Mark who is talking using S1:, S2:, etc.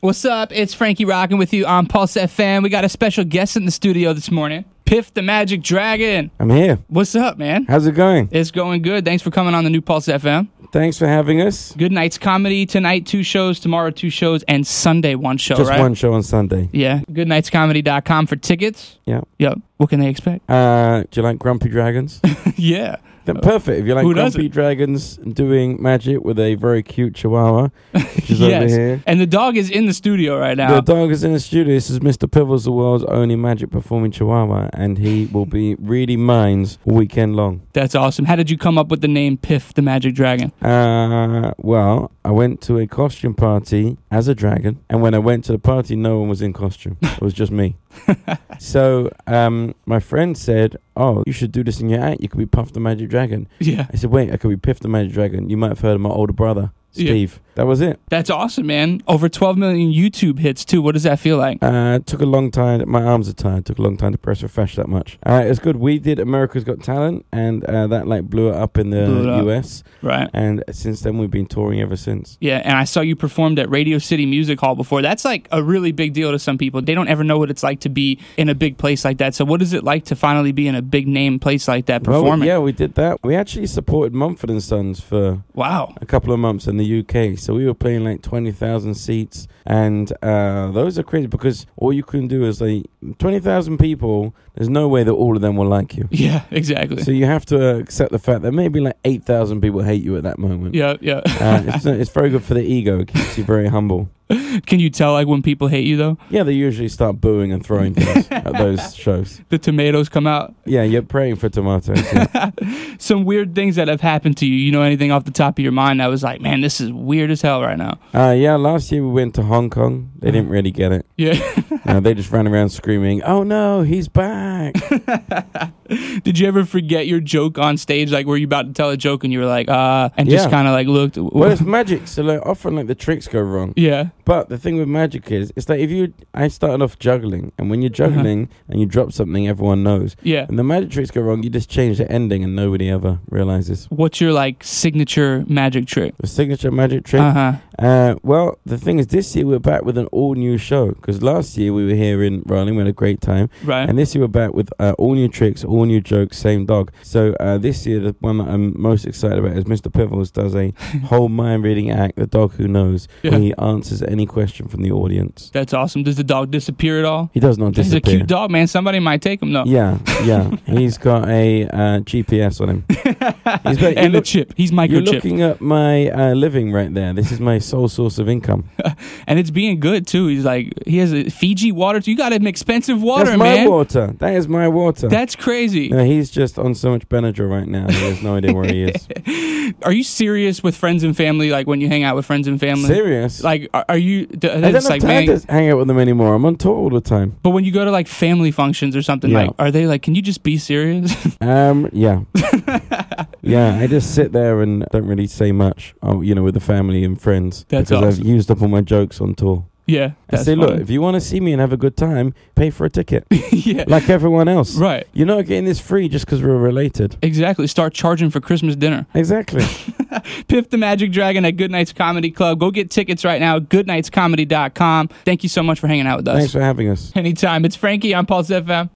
S1: What's up? It's Frankie rocking with you on Pulse FM. We got a special guest in the studio this morning, Piff the Magic Dragon.
S2: I'm here.
S1: What's up, man?
S2: How's it going?
S1: It's going good. Thanks for coming on the new Pulse FM.
S2: Thanks for having us.
S1: Good night's comedy tonight, two shows, tomorrow, two shows, and Sunday, one show,
S2: Just
S1: right?
S2: one show on Sunday.
S1: Yeah. Goodnightscomedy.com for tickets.
S2: Yeah.
S1: Yep. What can they expect?
S2: Uh, do you like Grumpy Dragons?
S1: yeah.
S2: Then perfect. If you like
S1: Uh, Who
S2: Grumpy
S1: doesn't?
S2: Dragons doing magic with a very cute chihuahua, which is over
S1: yes.
S2: here.
S1: And the dog is in the studio right
S2: The
S1: now.
S2: dog is in the studio. This is Mr. Pivo's, the world's only magic performing chihuahua, and he will be reading minds all weekend long.
S1: That's awesome. How did you come up with the name Piff the Magic Dragon?
S2: Uh, well, I went to a costume party as a dragon, and when I went to the party, no one was in costume. It was just me. so, um, my friend said, "Oh, you should do this in your act. You could be Puff the Magic Dragon."
S1: Yeah.
S2: I said, "Wait, I could be Piff the Magic Dragon." You might have heard of my older brother,
S1: Yeah.
S2: Steve. That was it.
S1: That's awesome, man. Over 12 million YouTube hits, too. What does that feel like?
S2: Uh, it took a long time. My arms are tired. Took a long time to press refresh that much. Uh, it's good. We did America's Got Talent, and uh, that like blew it up in
S1: Blew it
S2: the
S1: up.
S2: US.
S1: Right.
S2: And since then, we've been touring ever since.
S1: Yeah, and I saw you performed at Radio City Music Hall before. That's like a really big deal to some people. They don't ever know what it's like to be in a big place like that. So, what is it like to finally be in a big name place like that
S2: Well,
S1: performing?
S2: yeah, we did that. We actually supported Mumford and Sons for
S1: Wow.
S2: a couple of months in the UK. So we were playing like 20,000 seats. And uh, those are crazy because all you can do is like 20,000 people, there's no way that all of them will like you.
S1: Yeah, exactly.
S2: So you have to accept the fact that maybe like 8,000 people hate you at that moment.
S1: yeah, yeah.
S2: Uh, it's, it's very good for the ego. It keeps you very humble.
S1: Can you tell like when people hate you though?
S2: Yeah, they usually start booing and throwing things at those shows.
S1: The tomatoes come out.
S2: Yeah, you're praying for tomatoes. yeah.
S1: Some weird things that have happened to you. You know anything off the top of your mind that was like, man, this is weird as hell right now.
S2: Uh, yeah, last year we went to Hong Kong. They didn't really get it.
S1: Yeah.
S2: Uh, they just ran around screaming, "Oh no, he's back!"
S1: Did you ever forget your joke on stage? Like, were you about to tell a joke and you were like, uh, and just
S2: Yeah.
S1: kind of like looked.
S2: well, it's magic, so like, often like the tricks go wrong.
S1: yeah.
S2: But the thing with magic is, it's like if you, I started off juggling, and when you're juggling and you drop something, everyone knows.
S1: Yeah.
S2: And the magic tricks go wrong, you just change the ending, and nobody ever realizes.
S1: What's your like signature magic trick?
S2: The signature magic trick.
S1: Uh
S2: uh
S1: huh.
S2: well, the thing is, this year we're back with an all new show because last year we were here in Raleigh, we had a great time.
S1: Right.
S2: And this year we're back with uh, all new tricks, all new jokes, same dog. So uh, this year the one that I'm most excited about is Mr. Pivels does a whole mind reading act, The Dog Who Knows,
S1: Yeah.
S2: where he answers any question from the audience.
S1: That's awesome. Does the dog disappear at all?
S2: He does not
S1: This is a
S2: disappear.
S1: cute dog, man. Somebody might take him though.
S2: Yeah, yeah. He's got a uh, GPS on him. He's very- you
S1: and a
S2: look-
S1: chip. He's
S2: You're
S1: microchip,
S2: looking at my uh, living right there. This is my sole source of income.
S1: and it's being good too. He's like he has a Fiji water. You got him expensive water,
S2: That's my
S1: man.
S2: water. That is my water.
S1: That's crazy.
S2: no, he's just on so much Benadryl right now. He has no idea where he is.
S1: Are you serious with friends and family? Like when you hang out with friends and family?
S2: Serious?
S1: Like are, are you? d-
S2: I don't
S1: it's
S2: have
S1: like
S2: time
S1: man.
S2: to hang out with them anymore. I'm on tour all the time.
S1: But when you go to like family functions or something,
S2: Yeah.
S1: like are they like? Can you just be serious?
S2: Um, yeah, yeah. I just sit there and don't really say much. Oh, you know, with the family and friends
S1: That's
S2: because
S1: awesome.
S2: I've used up all my jokes on tour.
S1: yeah.
S2: I
S1: That's
S2: say, look,
S1: funny.
S2: if you want to see me and have a good time, pay for a ticket,
S1: yeah.
S2: like everyone else.
S1: Right.
S2: You're not getting this free just because we're related.
S1: Exactly. Start charging for Christmas dinner.
S2: Exactly.
S1: Piff the Magic Dragon at Good Nights Comedy Club. Go get tickets right now, goodnightscomedy.com. Thank you so much for hanging out with us.
S2: Thanks for having us.
S1: Anytime. It's Frankie on Pulse FM.